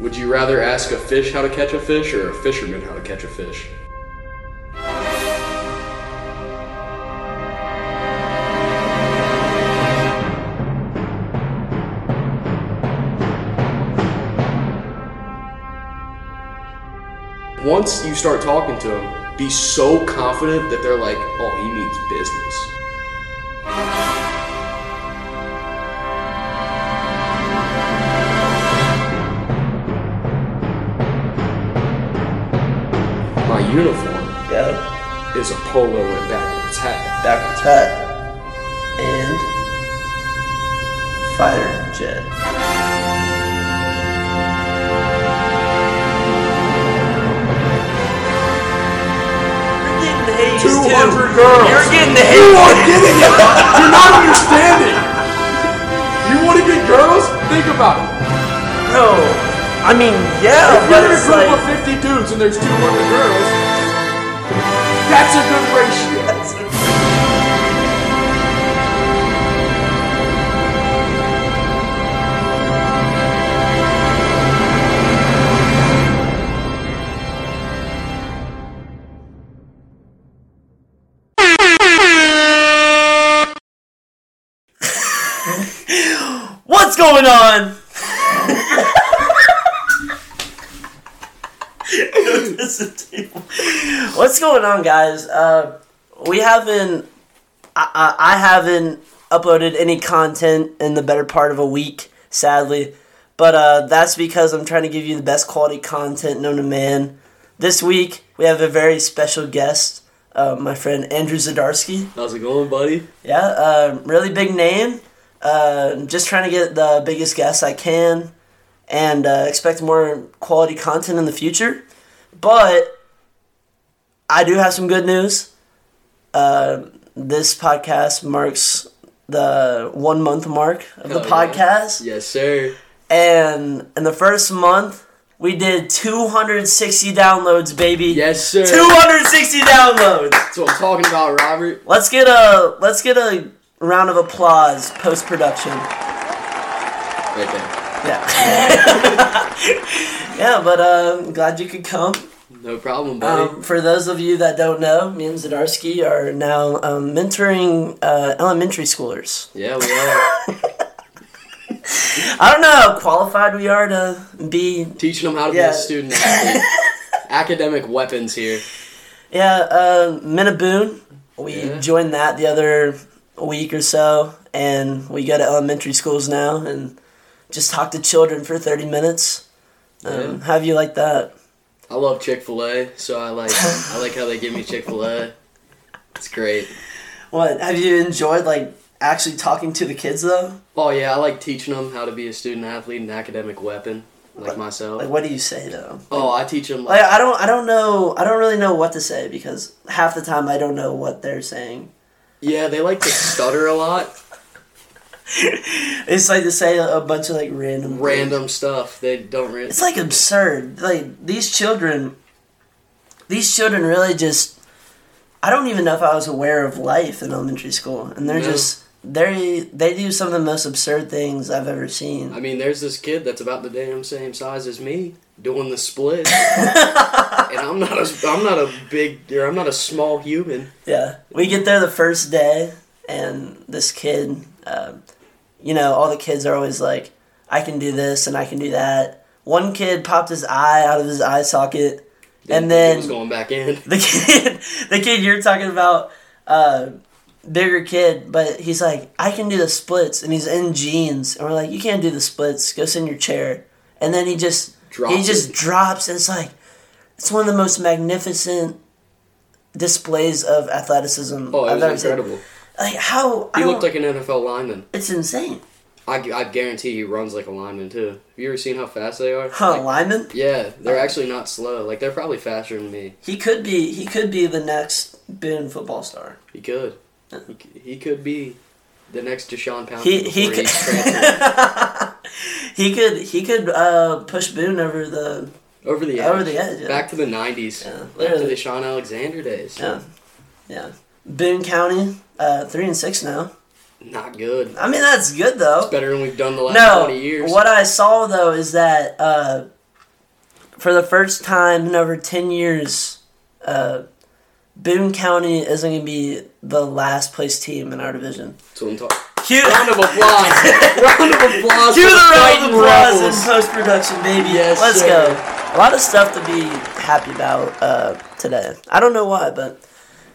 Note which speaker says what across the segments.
Speaker 1: Would you rather ask a fish how to catch a fish or a fisherman how to catch a fish? Once you start talking to them, be so confident that they're like, oh, he means business. My uniform
Speaker 2: Yeah,
Speaker 1: is a polo and backwards hat.
Speaker 2: backwards hat and fighter jet. You're getting the haze too.
Speaker 1: 200 girls.
Speaker 2: You're getting the
Speaker 1: You
Speaker 2: haze.
Speaker 1: are getting it. You're not understanding. You want to get girls? Think about it.
Speaker 2: No, I mean yeah,
Speaker 1: If
Speaker 2: but
Speaker 1: you're in a
Speaker 2: it's
Speaker 1: group
Speaker 2: like
Speaker 1: of 50 dudes and there's 200 girls, that's a good ratio.
Speaker 2: What's going on? This is table. What's going on, guys? Uh, we haven't. I, I, I haven't uploaded any content in the better part of a week, sadly. But uh, that's because I'm trying to give you the best quality content known to man. This week, we have a very special guest, uh, my friend Andrew Zadarsky.
Speaker 1: How's it going, buddy?
Speaker 2: Yeah, uh, really big name. Uh, just trying to get the biggest guests I can, and uh, expect more quality content in the future. But I do have some good news. Uh, this podcast marks the one month mark of the
Speaker 1: Hell yeah.
Speaker 2: podcast,
Speaker 1: Yes, sir.
Speaker 2: and in the first month we did 260 downloads, baby.
Speaker 1: Yes, sir.
Speaker 2: 260 downloads.
Speaker 1: That's what I'm talking about, Robert.
Speaker 2: Let's get a let's get a round of applause post production.
Speaker 1: Right there.
Speaker 2: Yeah. yeah, but uh, I'm glad you could come.
Speaker 1: No problem, buddy.
Speaker 2: Um, for those of you that don't know, me and Zadarsky are now um, mentoring uh, elementary schoolers.
Speaker 1: yeah, we are
Speaker 2: I don't know how qualified we are to be.
Speaker 1: teaching them how to be
Speaker 2: Yeah.
Speaker 1: a student athlete. Academic weapons here.
Speaker 2: Yeah, uh, Minnaboon. We
Speaker 1: Yeah.
Speaker 2: joined that the other week or so, and we go to elementary schools now and just talk to children for thirty minutes. Um, How have you like that?
Speaker 1: I love Chick Fil A, so I like I like how they give me Chick Fil A. It's great.
Speaker 2: What have you enjoyed? Like actually talking to the kids though.
Speaker 1: Oh yeah, I like teaching them how to be a student athlete and academic weapon, like
Speaker 2: Like
Speaker 1: myself.
Speaker 2: what do you say though?
Speaker 1: Oh, I teach them
Speaker 2: Like
Speaker 1: like
Speaker 2: I don't I don't know I don't really know what to say because half the time I don't know what they're saying.
Speaker 1: yeah, they like to stutter a lot,
Speaker 2: It's like to say a bunch of like random things.
Speaker 1: random stuff. They don't really.
Speaker 2: It's like absurd. Like these children these children really just I don't even know if I was aware of life in elementary school and they're
Speaker 1: No.
Speaker 2: just they they do some of the most absurd things I've ever seen.
Speaker 1: I mean, there's this kid that's about the damn same size as me doing the split, and I'm not a I'm not a big or I'm not a small human.
Speaker 2: Yeah, we get there the first day, and this kid, um, you know, all the kids are always like, "I can do this and I can do that." One kid popped his eye out of his eye socket, and
Speaker 1: He was
Speaker 2: then
Speaker 1: going back in.
Speaker 2: the kid, the kid you're talking about, uh, bigger kid, but he's like, "I can do the splits," and he's in jeans, and we're like, "You can't do the splits. Go sit in your chair." And then he just he
Speaker 1: Drops
Speaker 2: just
Speaker 1: it.
Speaker 2: drops. And it's like it's one of the most magnificent displays of athleticism
Speaker 1: Oh, it
Speaker 2: I've ever
Speaker 1: was
Speaker 2: seen.
Speaker 1: incredible.
Speaker 2: Like how I
Speaker 1: He
Speaker 2: don't-
Speaker 1: looked like an NFL lineman.
Speaker 2: it's insane.
Speaker 1: I, gu- I guarantee he runs like a lineman too. Have you ever seen how fast they are?
Speaker 2: Huh,
Speaker 1: Like,
Speaker 2: Lyman?
Speaker 1: yeah, they're actually not slow. Like they're probably faster than me.
Speaker 2: He could be he could be the next Ben football star.
Speaker 1: He could. He, c- he could be the next Deshaun Pound.
Speaker 2: He- he could- He could he could uh, push Boone over the
Speaker 1: over the edge.
Speaker 2: Over the edge, yeah.
Speaker 1: Back to the '90s.
Speaker 2: Yeah,
Speaker 1: Back to
Speaker 2: literally.
Speaker 1: the Sean Alexander days.
Speaker 2: yeah uh, yeah Boone County uh, three and six now.
Speaker 1: Not good.
Speaker 2: I mean that's good though.
Speaker 1: Better than we've done the last
Speaker 2: No,
Speaker 1: 20 years.
Speaker 2: what I saw though is that uh, for the first time in over 10 years, uh, Boone County isn't going to be the last place team in our division.
Speaker 1: That's what I'm talking.
Speaker 2: Cue,
Speaker 1: Round of applause. round of applause.
Speaker 2: cue
Speaker 1: for
Speaker 2: the round of
Speaker 1: Titan
Speaker 2: applause in
Speaker 1: Rebels.
Speaker 2: post production, baby.
Speaker 1: Yes,
Speaker 2: Let's
Speaker 1: sir.
Speaker 2: go. A lot of stuff to be happy about uh, today. I don't know why, but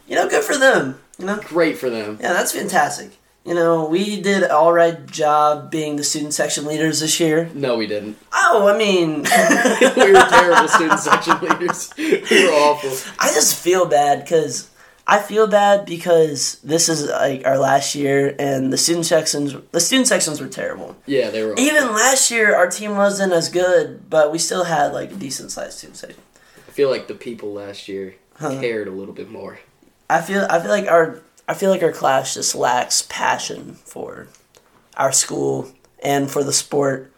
Speaker 2: you know, good for them. You know,
Speaker 1: Great for them.
Speaker 2: yeah, that's fantastic. You know, we did an all right job being the student section leaders this year.
Speaker 1: No, we didn't.
Speaker 2: Oh, I mean,
Speaker 1: we were terrible student section leaders. We were awful.
Speaker 2: I just feel bad because I feel bad because this is like our last year, and the student sections the student sections were terrible.
Speaker 1: Yeah, they were. Awful.
Speaker 2: Even last year, our team wasn't as good, but we still had like a decent sized student section.
Speaker 1: I feel like the people last year cared a little bit more.
Speaker 2: I feel I feel like our I feel like our class just lacks passion for our school and for the sport,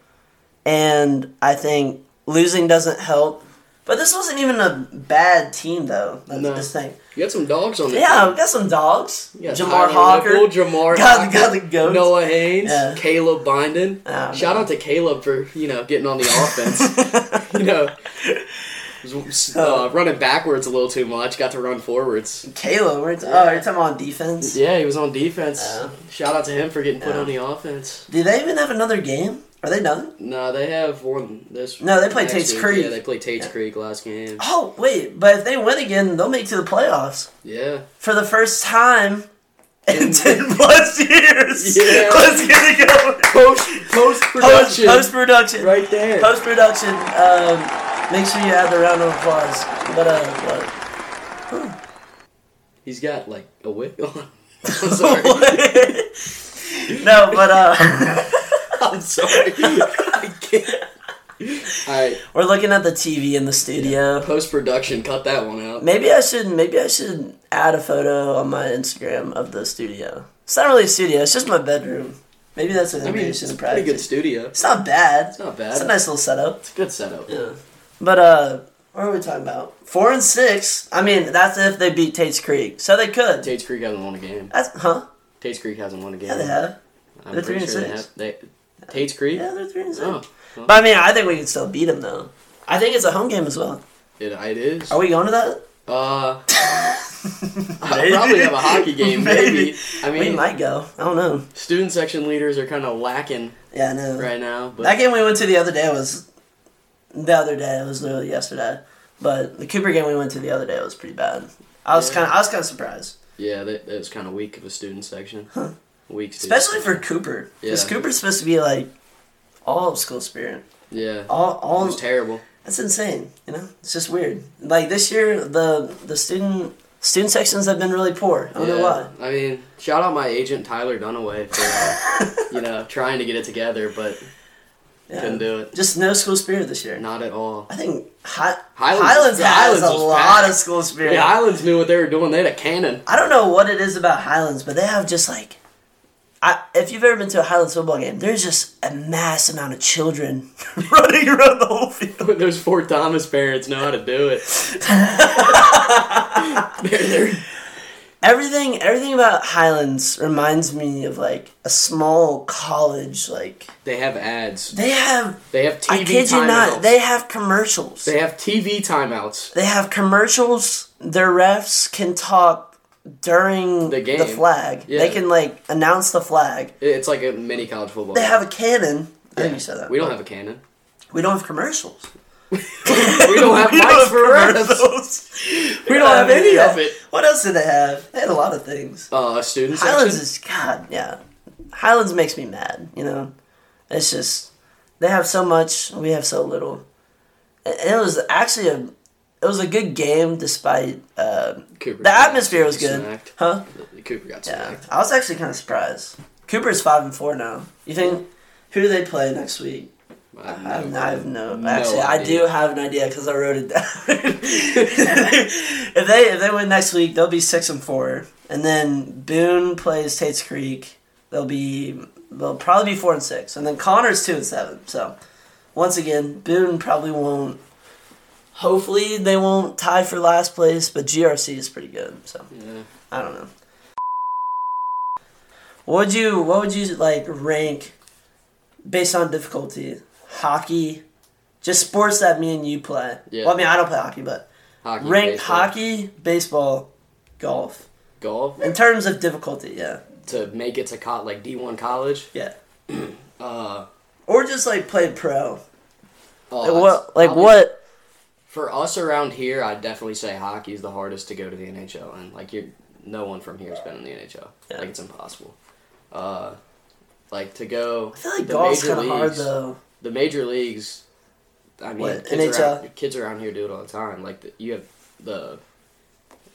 Speaker 2: and I think losing doesn't help. But this wasn't even a bad team though. That's
Speaker 1: No.
Speaker 2: this thing.
Speaker 1: You had some dogs on the
Speaker 2: Yeah, we
Speaker 1: team.
Speaker 2: got some dogs.
Speaker 1: You got Tyler
Speaker 2: Jamar Hawker.
Speaker 1: Whipple, Jamar
Speaker 2: Got-
Speaker 1: Hawker,
Speaker 2: got the goats.
Speaker 1: Noah Haynes,
Speaker 2: Yeah.
Speaker 1: Caleb Bindon.
Speaker 2: Oh,
Speaker 1: Shout out to Caleb for you know getting on the offense. you know, was,
Speaker 2: Oh.
Speaker 1: uh, running backwards a little too much. Got to run forwards.
Speaker 2: Caleb, we're t- oh, you're talking about defense.
Speaker 1: Yeah, he was on defense.
Speaker 2: Yeah.
Speaker 1: Shout out to him for getting put on the offense.
Speaker 2: Do they even have another game? Are they done?
Speaker 1: No, they have one this.
Speaker 2: No, they play
Speaker 1: next
Speaker 2: Tate's
Speaker 1: week.
Speaker 2: Creek.
Speaker 1: Yeah, they play Tate's Creek last game.
Speaker 2: Oh wait, but if they win again, they'll make it to the playoffs
Speaker 1: Yeah,
Speaker 2: for the first time in
Speaker 1: In-
Speaker 2: ten plus years.
Speaker 1: Yeah.
Speaker 2: Let's get it going.
Speaker 1: post post
Speaker 2: Post
Speaker 1: production,
Speaker 2: post production.
Speaker 1: right there.
Speaker 2: Post production. Um, make sure you add the round of applause. But uh, what?
Speaker 1: He's got like a wig on. I'm sorry.
Speaker 2: no, but uh,
Speaker 1: I'm sorry. I can't. All right,
Speaker 2: we're looking at the TV in the studio.
Speaker 1: post production, cut that one out.
Speaker 2: Maybe I should maybe I should add a photo on my Instagram of the studio. It's not really a studio, it's just my bedroom. Maybe that's what
Speaker 1: I mean,
Speaker 2: maybe I
Speaker 1: it's
Speaker 2: should
Speaker 1: a
Speaker 2: practice.
Speaker 1: pretty good studio.
Speaker 2: It's not bad. It's
Speaker 1: not bad.
Speaker 2: It's a nice little setup.
Speaker 1: It's a good setup.
Speaker 2: Yeah. But uh what are we talking about? Four and six. I mean, that's if they beat Tate's Creek. So they could.
Speaker 1: Tate's Creek hasn't won a game.
Speaker 2: That's huh?
Speaker 1: Tate's Creek hasn't won a game.
Speaker 2: Yeah, they have.
Speaker 1: I'm
Speaker 2: They're
Speaker 1: pretty
Speaker 2: three and
Speaker 1: sure
Speaker 2: six.
Speaker 1: they have. They, Tate's Creek.
Speaker 2: Yeah, they're three and six.
Speaker 1: Oh, well,
Speaker 2: But I mean, I think we can still beat them though. I think it's a home game as well.
Speaker 1: it, it is.
Speaker 2: Are we going to that?
Speaker 1: Uh, I probably have a hockey game. Maybe.
Speaker 2: Maybe.
Speaker 1: I
Speaker 2: We
Speaker 1: mean,
Speaker 2: might go. I don't know.
Speaker 1: student section leaders are kind of lacking
Speaker 2: Yeah, I know.
Speaker 1: right now. But
Speaker 2: That game we went to the other day was the other day. It was literally yesterday. But the Cooper game we went to the other day was pretty bad. I was
Speaker 1: Yeah.
Speaker 2: kind of I was kind of surprised,
Speaker 1: yeah, that, that was kind of weak of a student section. Weak, student
Speaker 2: especially for Cooper. Because
Speaker 1: Yeah.
Speaker 2: Cooper's supposed to be like all of school spirit.
Speaker 1: yeah,
Speaker 2: All
Speaker 1: it
Speaker 2: all
Speaker 1: was terrible.
Speaker 2: that's insane. You know, it's just weird. Like this year, the the student student sections have been really poor. I don't know why.
Speaker 1: I mean, shout out my agent Tyler Dunaway for uh, you know trying to get it together, but
Speaker 2: Yeah.
Speaker 1: couldn't do it.
Speaker 2: Just no school spirit this year.
Speaker 1: Not at all.
Speaker 2: I think Hi-
Speaker 1: Highlands-
Speaker 2: Highlands,
Speaker 1: the
Speaker 2: has
Speaker 1: Highlands
Speaker 2: a
Speaker 1: was
Speaker 2: lot
Speaker 1: packed.
Speaker 2: of school spirit.
Speaker 1: The Islands knew what they were doing. They had a cannon.
Speaker 2: I don't know what it is about Highlands, but they have just like, I, if you've ever been to a Highlands football game, there's just a mass amount of children running around the whole field.
Speaker 1: Those four Thomas parents know how to do it. they're, they're,
Speaker 2: Everything, everything about Highlands reminds me of like a small college. Like
Speaker 1: they have ads.
Speaker 2: they have,
Speaker 1: They have TV
Speaker 2: I kid
Speaker 1: timeouts.
Speaker 2: you not, they have commercials.
Speaker 1: They have TV timeouts.
Speaker 2: They have commercials. Their refs can talk during
Speaker 1: The game.
Speaker 2: flag.
Speaker 1: Yeah.
Speaker 2: They can like announce the flag.
Speaker 1: It's like a mini college football.
Speaker 2: They have a cannon. I think you said that.
Speaker 1: We don't have a cannon.
Speaker 2: We don't have commercials.
Speaker 1: We don't have
Speaker 2: We
Speaker 1: mics
Speaker 2: don't have
Speaker 1: for us.
Speaker 2: commercials.
Speaker 1: We don't have any of it.
Speaker 2: What else did they have? They had a lot of things.
Speaker 1: Uh, a student
Speaker 2: Highlands
Speaker 1: section.
Speaker 2: is God, yeah. Highlands makes me mad. You know, it's just they have so much, we have so little. And and it was actually a, it was a good game despite uh,
Speaker 1: Cooper
Speaker 2: the
Speaker 1: got
Speaker 2: atmosphere was good,
Speaker 1: smacked.
Speaker 2: huh?
Speaker 1: Cooper got
Speaker 2: Yeah,
Speaker 1: smacked.
Speaker 2: I was actually kind of surprised. Cooper's five and four now. You think who do they play next week?
Speaker 1: I
Speaker 2: I have,
Speaker 1: know.
Speaker 2: no, I have no,
Speaker 1: No
Speaker 2: Actually, I
Speaker 1: idea.
Speaker 2: do have an idea because I wrote it down. if they if they win next week, they'll be six and four, and then Boone plays Tate's Creek. They'll be they'll probably be four and six, and then Connor's two and seven. So once again, Boone probably won't. Hopefully, they won't tie for last place, but GRC is pretty good. So
Speaker 1: Yeah.
Speaker 2: I don't know. What would you what would you like rank based on difficulty? Hockey, Just sports that me and you play.
Speaker 1: Yeah.
Speaker 2: Well, I mean, I don't play hockey, but
Speaker 1: Hockey,
Speaker 2: ranked
Speaker 1: baseball,
Speaker 2: hockey, baseball, golf.
Speaker 1: golf.
Speaker 2: In terms of difficulty, yeah,
Speaker 1: To make it to co- like D1 college.
Speaker 2: yeah.
Speaker 1: Uh,
Speaker 2: Or just like play pro.
Speaker 1: oh,
Speaker 2: Like
Speaker 1: that's-
Speaker 2: what? Like
Speaker 1: I'll be-
Speaker 2: what?
Speaker 1: For us around here, I'd definitely say hockey is the hardest to go to the NHL, and like you're, no one from here has been in the NHL.
Speaker 2: Yeah.
Speaker 1: Like it's impossible. Uh, like to go.
Speaker 2: I feel like golf's kind of hard
Speaker 1: leagues,
Speaker 2: though.
Speaker 1: The major leagues. I mean,
Speaker 2: What,
Speaker 1: kids,
Speaker 2: NHL?
Speaker 1: around, kids around here do it all the time. Like the, you have the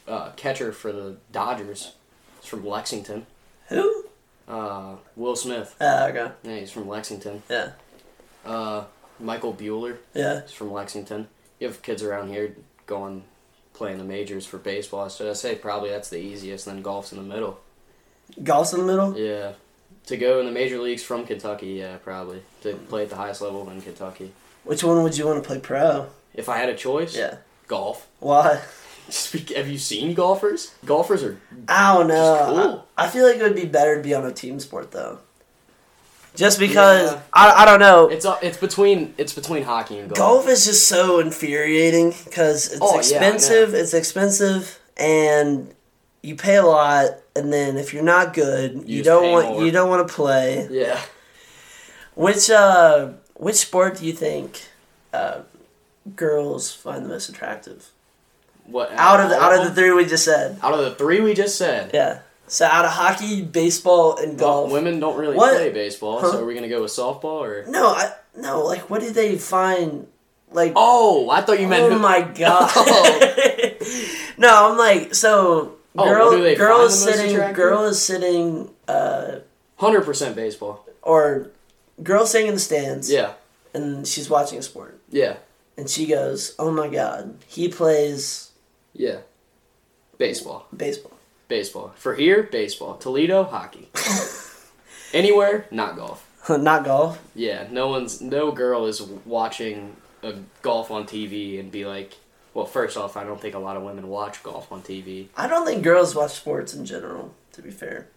Speaker 1: uh, catcher for the Dodgers. He's from Lexington.
Speaker 2: Who?
Speaker 1: Uh, Will Smith.
Speaker 2: Ah, okay.
Speaker 1: Yeah, he's from Lexington.
Speaker 2: Yeah,
Speaker 1: Uh, Michael Bueller.
Speaker 2: yeah.
Speaker 1: He's from Lexington. You have kids around here going playing the majors for baseball. So I say probably that's the easiest. And then golf's in the middle.
Speaker 2: Golf's in the middle.
Speaker 1: Yeah, to go in the major leagues from Kentucky. Yeah, probably to play at the highest level in Kentucky.
Speaker 2: Which one would you want to play pro?
Speaker 1: If I had a choice,
Speaker 2: Yeah.
Speaker 1: golf.
Speaker 2: Why?
Speaker 1: Just be- have you seen golfers? Golfers are
Speaker 2: I don't know.
Speaker 1: Just cool.
Speaker 2: I, I feel like it would be better to be on a team sport though. Just because
Speaker 1: Yeah.
Speaker 2: I, I don't know.
Speaker 1: it's uh, it's between it's between hockey and golf.
Speaker 2: golf is just so infuriating because it's
Speaker 1: Oh, yeah, I
Speaker 2: expensive. it's expensive, and you pay a lot. And then if you're not good, you,
Speaker 1: just
Speaker 2: don't
Speaker 1: pay
Speaker 2: want
Speaker 1: more.
Speaker 2: you don't want to play.
Speaker 1: Yeah,
Speaker 2: Which uh, which sport do you think uh, girls find the most attractive
Speaker 1: what
Speaker 2: out of the, out of the
Speaker 1: three
Speaker 2: three we just said?
Speaker 1: out of the three we just said.
Speaker 2: Yeah. So out of hockey, baseball, and
Speaker 1: Well,
Speaker 2: golf,
Speaker 1: women don't really
Speaker 2: What?
Speaker 1: play baseball,
Speaker 2: Huh?
Speaker 1: so are we gonna go with softball or?
Speaker 2: No, I no. Like, what did they find? Like, oh,
Speaker 1: Oh, I thought you meant. who-
Speaker 2: my god!
Speaker 1: Oh.
Speaker 2: no, I'm like, so
Speaker 1: Oh,
Speaker 2: girl,
Speaker 1: what do they
Speaker 2: girl
Speaker 1: find
Speaker 2: is
Speaker 1: the most
Speaker 2: sitting,
Speaker 1: attractive?
Speaker 2: girl is sitting, uh,
Speaker 1: Hundred percent baseball.
Speaker 2: or girl sitting in the stands,
Speaker 1: Yeah,
Speaker 2: and she's watching a sport,
Speaker 1: yeah,
Speaker 2: and she goes, "Oh my god, he plays
Speaker 1: yeah. Baseball,
Speaker 2: baseball."
Speaker 1: baseball. For here, baseball. Toledo, hockey. Anywhere, not golf.
Speaker 2: Not golf.
Speaker 1: Yeah, no one's no girl is watching a golf on TV and be like, well, first off, I don't think a lot of women watch golf on TV.
Speaker 2: I don't think girls watch sports in general. To be fair,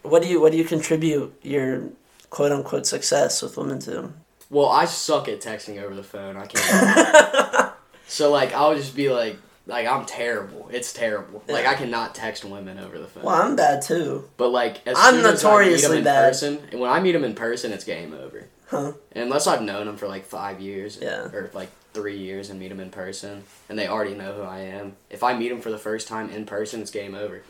Speaker 2: what do you what do you contribute your quote unquote success with women to?
Speaker 1: Well, I suck at texting over the phone. I can't. so like, I'll just be like, like I'm terrible. It's terrible. Like
Speaker 2: Yeah.
Speaker 1: I cannot text women over the phone.
Speaker 2: Well, I'm bad too.
Speaker 1: But like, as
Speaker 2: I'm
Speaker 1: soon as I meet him
Speaker 2: notoriously
Speaker 1: in
Speaker 2: bad.
Speaker 1: person, and when I meet him in person, it's game over.
Speaker 2: Huh.
Speaker 1: Unless I've known him for like five years,
Speaker 2: Yeah.
Speaker 1: or like three years, and meet him in person, and they already know who I am. If I meet him for the first time in person, it's game over.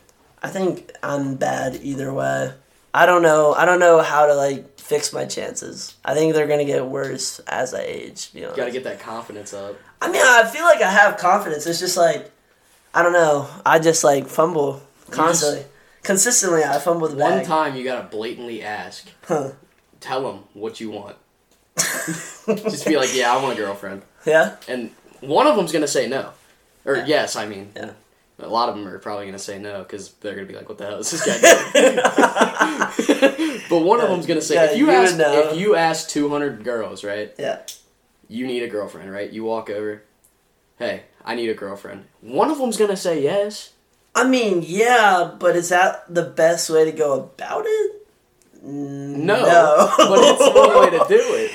Speaker 2: I think I'm bad either way. I don't know. I don't know how to like fix my chances. I think they're gonna get worse as I age. To be honest.
Speaker 1: You gotta get that confidence up.
Speaker 2: I mean, I feel like I have confidence. It's just like I don't know. I just like fumble constantly, consistently. I fumble the
Speaker 1: One
Speaker 2: bag.
Speaker 1: time, you gotta blatantly ask, tell him what you want. Just be like, yeah, I want a girlfriend,
Speaker 2: yeah.
Speaker 1: and one of them's gonna say no, or
Speaker 2: Yeah.
Speaker 1: yes, I mean.
Speaker 2: Yeah.
Speaker 1: A lot of them are probably gonna say no because they're gonna be like, "What the hell is this guy doing?" but one of them's gonna say,
Speaker 2: Yeah,
Speaker 1: "If you,
Speaker 2: you
Speaker 1: ask,
Speaker 2: would know.
Speaker 1: if you ask two hundred girls, right,
Speaker 2: Yeah.
Speaker 1: you need a girlfriend, right? You walk over, hey, I need a girlfriend." One of them's gonna say yes.
Speaker 2: I mean, yeah, but is that the best way to go about it?
Speaker 1: No, but it's the only way to do it.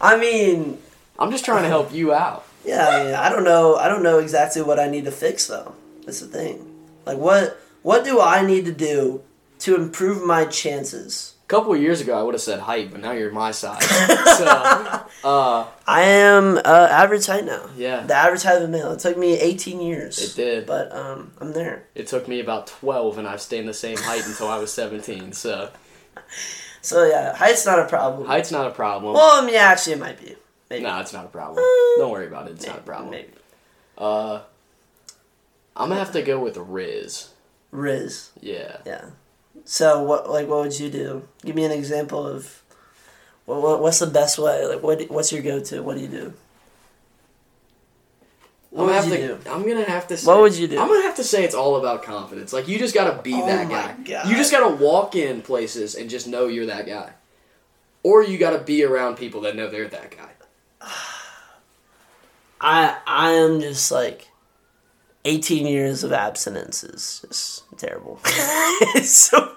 Speaker 2: I mean,
Speaker 1: I'm just trying to help you out.
Speaker 2: Yeah, I mean, I don't know. I don't know exactly what I need to fix though. That's the thing. Like, what what do I need to do to improve my chances?
Speaker 1: A couple of years ago, I would have said height, but now you're my size. so, uh,
Speaker 2: I am uh, average height now.
Speaker 1: Yeah.
Speaker 2: the average height of a male. It took me 18 years.
Speaker 1: It did.
Speaker 2: but um, I'm there.
Speaker 1: it took me about twelve, and I've stayed the same height until I was seventeen. So,
Speaker 2: So yeah, height's not a problem.
Speaker 1: height's not a problem.
Speaker 2: well, I mean, actually, it might be. Maybe.
Speaker 1: No, it's not a problem. Don't worry about it. It's not a problem.
Speaker 2: Maybe.
Speaker 1: Uh, I'm gonna have to go with Riz.
Speaker 2: Riz.
Speaker 1: Yeah.
Speaker 2: Yeah. So what? Like, what would you do? Give me an example of. What, what, what's the best way? Like, what? What's your go-to? What do you do? What
Speaker 1: I'm
Speaker 2: would
Speaker 1: gonna
Speaker 2: you
Speaker 1: have to, I'm gonna have to. Say,
Speaker 2: What would you do?
Speaker 1: I'm gonna have to say it's all about confidence. Like you just gotta be
Speaker 2: Oh
Speaker 1: that
Speaker 2: my
Speaker 1: guy.
Speaker 2: God.
Speaker 1: You just gotta walk in places and just know you're that guy, or you gotta be around people that know they're that guy.
Speaker 2: I I am just like eighteen years of abstinence is just terrible. It's so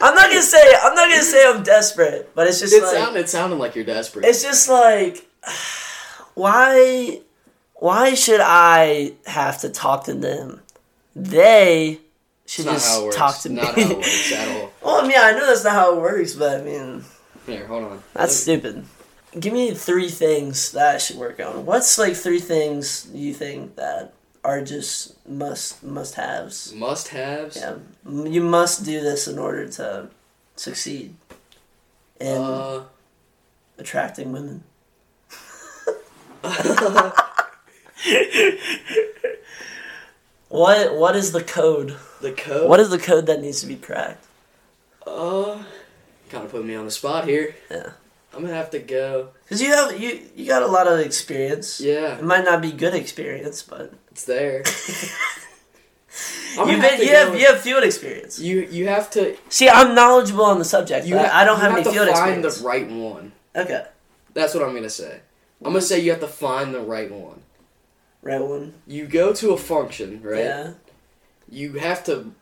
Speaker 2: I'm not gonna say I'm not gonna say I'm desperate, but it's just
Speaker 1: It
Speaker 2: like
Speaker 1: sounded it sounded like you're desperate.
Speaker 2: it's just like why why should I have to talk to them? They
Speaker 1: It's
Speaker 2: should
Speaker 1: not
Speaker 2: just
Speaker 1: how it works.
Speaker 2: talk to
Speaker 1: not
Speaker 2: me.
Speaker 1: how it works at all.
Speaker 2: well, I mean, I know that's not how it works, but I mean,
Speaker 1: Here, hold on.
Speaker 2: that's stupid. Give me three things that I should work on. What's like three things you think that are just must must haves?
Speaker 1: must haves.
Speaker 2: Yeah, M- you must do this in order to succeed in
Speaker 1: Uh,
Speaker 2: attracting women. what what is the code?
Speaker 1: the code.
Speaker 2: What is the code that needs to be cracked?
Speaker 1: Uh, kind of put me on the spot here.
Speaker 2: Yeah.
Speaker 1: I'm gonna have to go.
Speaker 2: Cause you have you you got a lot of experience. It
Speaker 1: Yeah,
Speaker 2: might not be good experience, but
Speaker 1: it's there. I'm gonna
Speaker 2: you've been,
Speaker 1: to
Speaker 2: you
Speaker 1: go
Speaker 2: have
Speaker 1: with-
Speaker 2: you have field experience.
Speaker 1: you you have to.
Speaker 2: See, I'm knowledgeable on the subject.
Speaker 1: You
Speaker 2: but
Speaker 1: ha-
Speaker 2: I don't
Speaker 1: you
Speaker 2: have, any
Speaker 1: to
Speaker 2: field
Speaker 1: find
Speaker 2: experience.
Speaker 1: the right one.
Speaker 2: okay,
Speaker 1: That's what I'm gonna say. I'm gonna say you have to find the right one.
Speaker 2: right one.
Speaker 1: You go to a function, right?
Speaker 2: Yeah,
Speaker 1: You have to.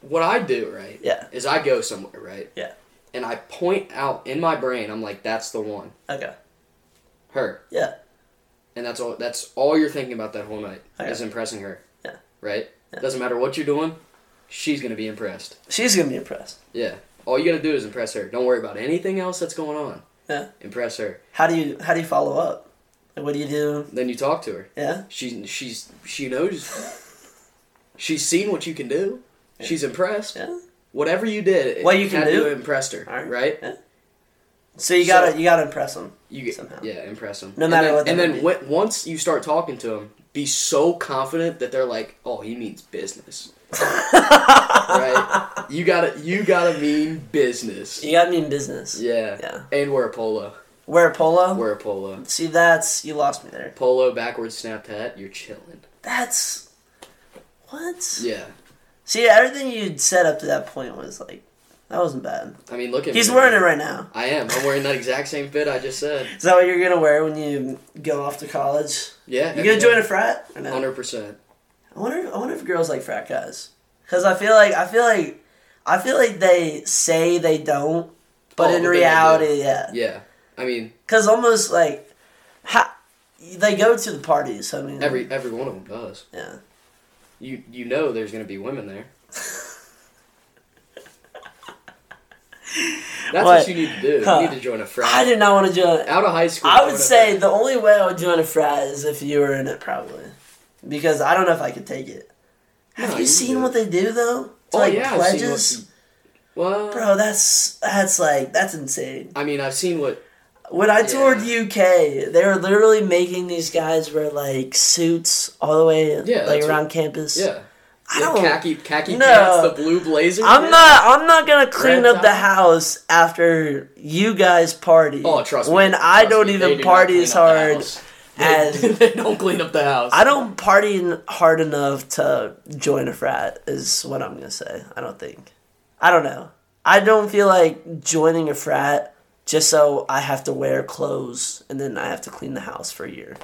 Speaker 1: What I do, right?
Speaker 2: yeah.
Speaker 1: Is I go somewhere, right?
Speaker 2: Yeah.
Speaker 1: And I point out in my brain, I'm like, that's the one,
Speaker 2: Okay,
Speaker 1: her.
Speaker 2: Yeah.
Speaker 1: And that's all. That's all you're thinking about that whole night
Speaker 2: Okay.
Speaker 1: is impressing her.
Speaker 2: Oh, Yeah.
Speaker 1: Right.
Speaker 2: Yeah.
Speaker 1: Doesn't matter what you're doing, she's gonna be impressed.
Speaker 2: she's gonna be impressed.
Speaker 1: Yeah. All you gotta do is impress her. Don't worry about anything else that's going on.
Speaker 2: Yeah.
Speaker 1: Impress her.
Speaker 2: How do you how do you follow up? Like, what do you do?
Speaker 1: Then you talk to her.
Speaker 2: Yeah.
Speaker 1: She's she's she knows. She's seen what you can do. She's impressed.
Speaker 2: Yeah.
Speaker 1: Whatever you did, it
Speaker 2: What you can
Speaker 1: had to
Speaker 2: do.
Speaker 1: impressed her,
Speaker 2: Alright.
Speaker 1: right?
Speaker 2: Yeah. So you
Speaker 1: So-
Speaker 2: gotta you gotta impress them.
Speaker 1: You get
Speaker 2: Somehow.
Speaker 1: yeah, impress them.
Speaker 2: No matter
Speaker 1: and then,
Speaker 2: what that
Speaker 1: And
Speaker 2: would
Speaker 1: then when,
Speaker 2: be.
Speaker 1: once you start talking to them, be so confident that they're like, "Oh, he means business." right? You gotta you gotta mean business.
Speaker 2: You gotta mean business.
Speaker 1: Yeah.
Speaker 2: Yeah.
Speaker 1: And wear a polo.
Speaker 2: Wear a polo.
Speaker 1: Wear a polo.
Speaker 2: See, that's you lost me there.
Speaker 1: polo, backwards snapped hat, you're chilling.
Speaker 2: That's what.
Speaker 1: Yeah.
Speaker 2: See, everything you'd said up to that point was like that wasn't bad.
Speaker 1: I mean, look at
Speaker 2: He's
Speaker 1: me.
Speaker 2: wearing it right now.
Speaker 1: I am. I'm wearing that exact same fit I just said.
Speaker 2: Is that what you're gonna wear when you go off to college?
Speaker 1: Yeah.
Speaker 2: You gonna join a frat? Or no?
Speaker 1: 100%.
Speaker 2: I wonder. I wonder if girls like frat guys. Cause I feel like I feel like I feel like they say they don't, but
Speaker 1: Oh, but
Speaker 2: in
Speaker 1: then they do.
Speaker 2: reality, yeah.
Speaker 1: Yeah. I mean,
Speaker 2: Cause almost like, ha- they go to the parties. I mean,
Speaker 1: every every one of them does.
Speaker 2: yeah.
Speaker 1: You you know there's going to be women there. That's
Speaker 2: What?
Speaker 1: what you need to do.
Speaker 2: Huh.
Speaker 1: You need to join a frat.
Speaker 2: I did not want to join.
Speaker 1: Out of high school.
Speaker 2: I
Speaker 1: join
Speaker 2: would
Speaker 1: a
Speaker 2: say
Speaker 1: frat.
Speaker 2: the only way I would join a frat is if you were in it, probably, because I don't know if I could take it. Have
Speaker 1: No,
Speaker 2: you,
Speaker 1: you
Speaker 2: seen
Speaker 1: do.
Speaker 2: what they do though? To,
Speaker 1: Oh,
Speaker 2: like
Speaker 1: yeah, I've seen
Speaker 2: pledges,
Speaker 1: what, well,
Speaker 2: bro. That's that's like that's insane.
Speaker 1: I mean, I've seen what.
Speaker 2: When I toured
Speaker 1: Yeah.
Speaker 2: UK, they were literally making these guys wear like suits all the way
Speaker 1: Yeah,
Speaker 2: like
Speaker 1: that's
Speaker 2: around campus.
Speaker 1: Yeah.
Speaker 2: I
Speaker 1: The
Speaker 2: don't-
Speaker 1: khaki khaki
Speaker 2: No.
Speaker 1: pants, the blue blazer.
Speaker 2: I'm not I'm not gonna clean
Speaker 1: Red
Speaker 2: up the
Speaker 1: tie.
Speaker 2: house after you guys party.
Speaker 1: Oh, trust me.
Speaker 2: When I
Speaker 1: Trust
Speaker 2: don't
Speaker 1: me, they
Speaker 2: even
Speaker 1: do not
Speaker 2: party
Speaker 1: clean
Speaker 2: as
Speaker 1: up the
Speaker 2: hard
Speaker 1: house. They-
Speaker 2: as
Speaker 1: they don't clean up the house.
Speaker 2: I don't party n- hard enough to join a frat is what I'm gonna say. I don't think. I don't know. I don't feel like joining a frat just so I have to wear clothes and then I have to clean the house for a year.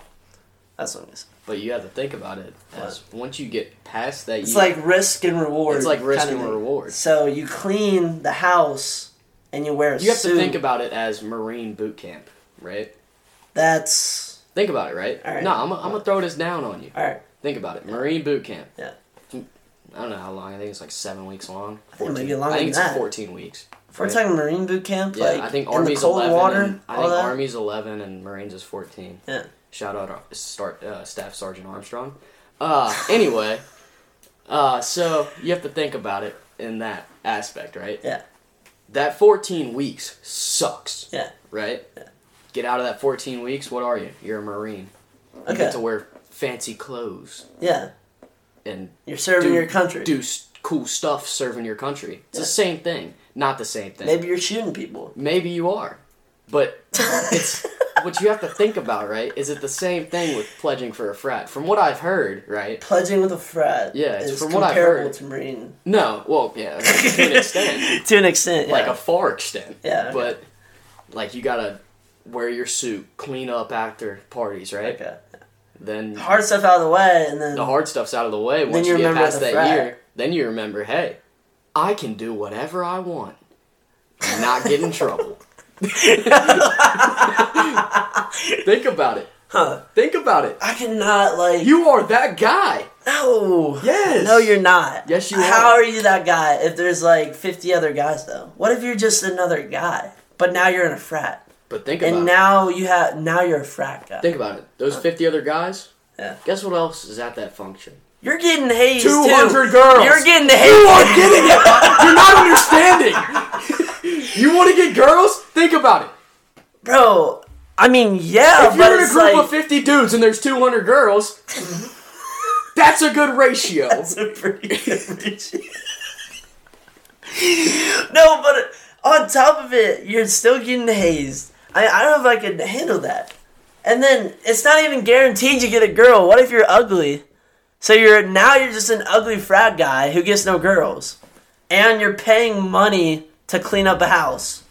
Speaker 2: That's what I'm gonna say.
Speaker 1: But you have to think about it. As once you get past that,
Speaker 2: It's
Speaker 1: year-
Speaker 2: like risk and reward.
Speaker 1: It's like risk
Speaker 2: kinda
Speaker 1: and
Speaker 2: thing.
Speaker 1: reward.
Speaker 2: So you clean the house and you wear a
Speaker 1: you have
Speaker 2: suit.
Speaker 1: to think about it as Marine boot camp, right?
Speaker 2: That's
Speaker 1: Think about it, right?
Speaker 2: All right.
Speaker 1: No, I'm gonna I'm throw this down on you.
Speaker 2: all right.
Speaker 1: Think about it, Marine boot camp.
Speaker 2: Yeah.
Speaker 1: I don't know how long. I think it's like seven weeks long.
Speaker 2: think it might be longer
Speaker 1: I think
Speaker 2: than
Speaker 1: it's
Speaker 2: that.
Speaker 1: fourteen weeks.
Speaker 2: If we're
Speaker 1: right?
Speaker 2: talking Marine boot camp,
Speaker 1: yeah,
Speaker 2: like
Speaker 1: I think
Speaker 2: in
Speaker 1: Army's
Speaker 2: the cold
Speaker 1: eleven.
Speaker 2: water,
Speaker 1: and- I
Speaker 2: all
Speaker 1: think
Speaker 2: that.
Speaker 1: Army's eleven and Marines is fourteen.
Speaker 2: Yeah.
Speaker 1: Shout out our start, uh, Staff Sergeant Armstrong. Uh, anyway, uh, so you have to think about it in that aspect, right?
Speaker 2: Yeah.
Speaker 1: That 14 weeks sucks,
Speaker 2: Yeah.
Speaker 1: right? Get out of that 14 weeks. What are you? You're a Marine. You
Speaker 2: Okay.
Speaker 1: get to wear fancy clothes
Speaker 2: Yeah.
Speaker 1: and
Speaker 2: You're serving
Speaker 1: do-
Speaker 2: your country.
Speaker 1: Do s- cool stuff serving your country. It's
Speaker 2: Yeah.
Speaker 1: the same thing. Not the same thing.
Speaker 2: Maybe you're shooting people.
Speaker 1: Maybe you are, but it's what you have to think about, right? Is it the same thing with pledging for a frat? From what I've heard, right?
Speaker 2: Pledging with a frat
Speaker 1: Yeah, it's
Speaker 2: is
Speaker 1: from what I've
Speaker 2: comparable
Speaker 1: heard.
Speaker 2: to Marine.
Speaker 1: No, well, yeah, I mean, to an extent,
Speaker 2: To an extent, yeah.
Speaker 1: like a far extent.
Speaker 2: Yeah, okay.
Speaker 1: But like you gotta wear your suit, clean up after parties, right?
Speaker 2: okay.
Speaker 1: Then
Speaker 2: Hard stuff out of the way, and then
Speaker 1: the hard stuff's out of the way. Once
Speaker 2: you
Speaker 1: you, get
Speaker 2: remember
Speaker 1: past
Speaker 2: the
Speaker 1: that
Speaker 2: frat.
Speaker 1: year, then you remember, hey, I can do whatever I want and not get in trouble. Think about it.
Speaker 2: Huh.
Speaker 1: Think about it.
Speaker 2: I cannot like
Speaker 1: You are that guy.
Speaker 2: No.
Speaker 1: Yes.
Speaker 2: No, you're not.
Speaker 1: Yes, you
Speaker 2: How
Speaker 1: are.
Speaker 2: are you that guy if there's like 50 other guys though? What if you're just another guy? But now you're in a frat.
Speaker 1: But think about
Speaker 2: And
Speaker 1: it.
Speaker 2: now you have now you're a frat guy.
Speaker 1: Think about it. Those 50 other guys,
Speaker 2: Yeah.
Speaker 1: guess what else is at that function?
Speaker 2: You're getting hazed.
Speaker 1: 200
Speaker 2: too.
Speaker 1: girls.
Speaker 2: You're getting
Speaker 1: You
Speaker 2: hazed.
Speaker 1: are getting it. You're not understanding. you want to get girls? Think about it.
Speaker 2: Bro, I mean, yeah,
Speaker 1: If
Speaker 2: but
Speaker 1: you're in a
Speaker 2: it's
Speaker 1: group
Speaker 2: like,
Speaker 1: of 50 dudes and there's 200 girls, that's a good ratio.
Speaker 2: That's a pretty good ratio. no, but on top of it, you're still getting hazed. I, I don't know if I could handle that. And then it's not even guaranteed you get a girl. What if you're ugly? So you're now you're just an ugly frat guy who gets no girls, and you're paying money to clean up a house.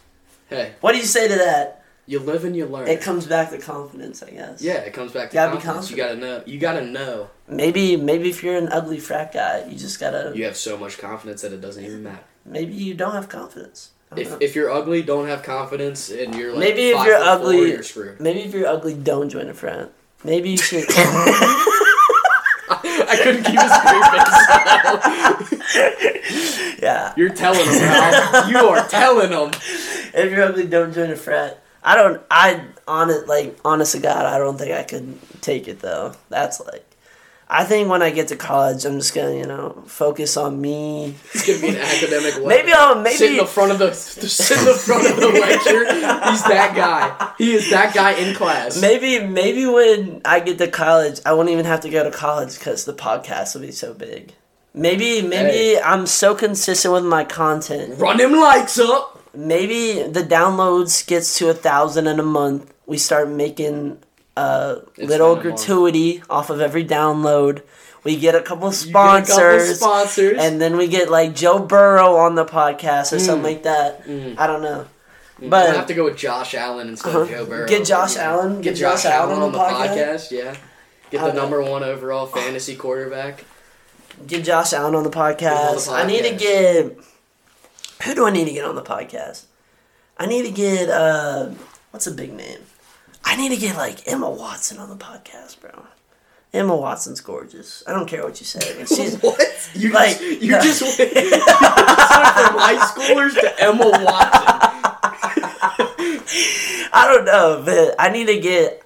Speaker 1: hey,
Speaker 2: What do you say to that?
Speaker 1: you live and you learn.
Speaker 2: It comes back to confidence, I guess.
Speaker 1: yeah, it comes back to
Speaker 2: Gotta be
Speaker 1: confidence. You gotta know. You gotta know.
Speaker 2: Maybe maybe if you're an ugly frat guy, you just gotta.
Speaker 1: You have so much confidence that it doesn't even matter.
Speaker 2: Maybe you don't have confidence. I don't know.
Speaker 1: If, if you're ugly, don't have confidence, and you're like
Speaker 2: Maybe if
Speaker 1: five
Speaker 2: you're
Speaker 1: foot four,
Speaker 2: ugly-
Speaker 1: you're screwed.
Speaker 2: Maybe if you're ugly, don't join a frat. Maybe you should.
Speaker 1: I couldn't keep a straight face.
Speaker 2: yeah.
Speaker 1: you're telling them, Ralph. You are telling them.
Speaker 2: If you're ugly, don't join a frat. I don't. I on it like honest to God, I don't think I could take it though. That's like. I think when I get to college, I'm just gonna you know focus on me.
Speaker 1: It's gonna be an academic. Way.
Speaker 2: Maybe I'll
Speaker 1: sit in
Speaker 2: maybe
Speaker 1: the front of the sit in the front of the lecture. He's that guy. He is that guy in class.
Speaker 2: maybe maybe when I get to college, I won't even have to go to college because the podcast will be so big. Maybe maybe
Speaker 1: Hey.
Speaker 2: I'm so consistent with my content
Speaker 1: Run him likes up.
Speaker 2: maybe the downloads gets to a thousand in a month we start making a little
Speaker 1: been a month.
Speaker 2: gratuity off of every download we get a couple
Speaker 1: You get a
Speaker 2: sponsors
Speaker 1: couple sponsors.
Speaker 2: and then we get like joe burrow on the podcast or
Speaker 1: Mm.
Speaker 2: something like that i don't know
Speaker 1: I have
Speaker 2: but Uh-huh.
Speaker 1: to go with Josh Allen instead of Joe Burrow.
Speaker 2: Get Josh Allen-
Speaker 1: Get,
Speaker 2: get
Speaker 1: Josh, Allen on the podcast.
Speaker 2: podcast. Uh-huh.
Speaker 1: Yeah. Get
Speaker 2: I
Speaker 1: the
Speaker 2: don't know.
Speaker 1: number one overall fantasy quarterback.
Speaker 2: get josh allen on the podcast
Speaker 1: podcast.
Speaker 2: i need to get who do i need to get on the podcast i need to get uh what's a big name i need to get like emma watson on the podcast bro Emma Watson's gorgeous. I don't care what you say. but She's,
Speaker 1: What? You
Speaker 2: Like,
Speaker 1: just, you
Speaker 2: no.
Speaker 1: just went, you just went from high schoolers to Emma Watson.
Speaker 2: I don't know, but I need to get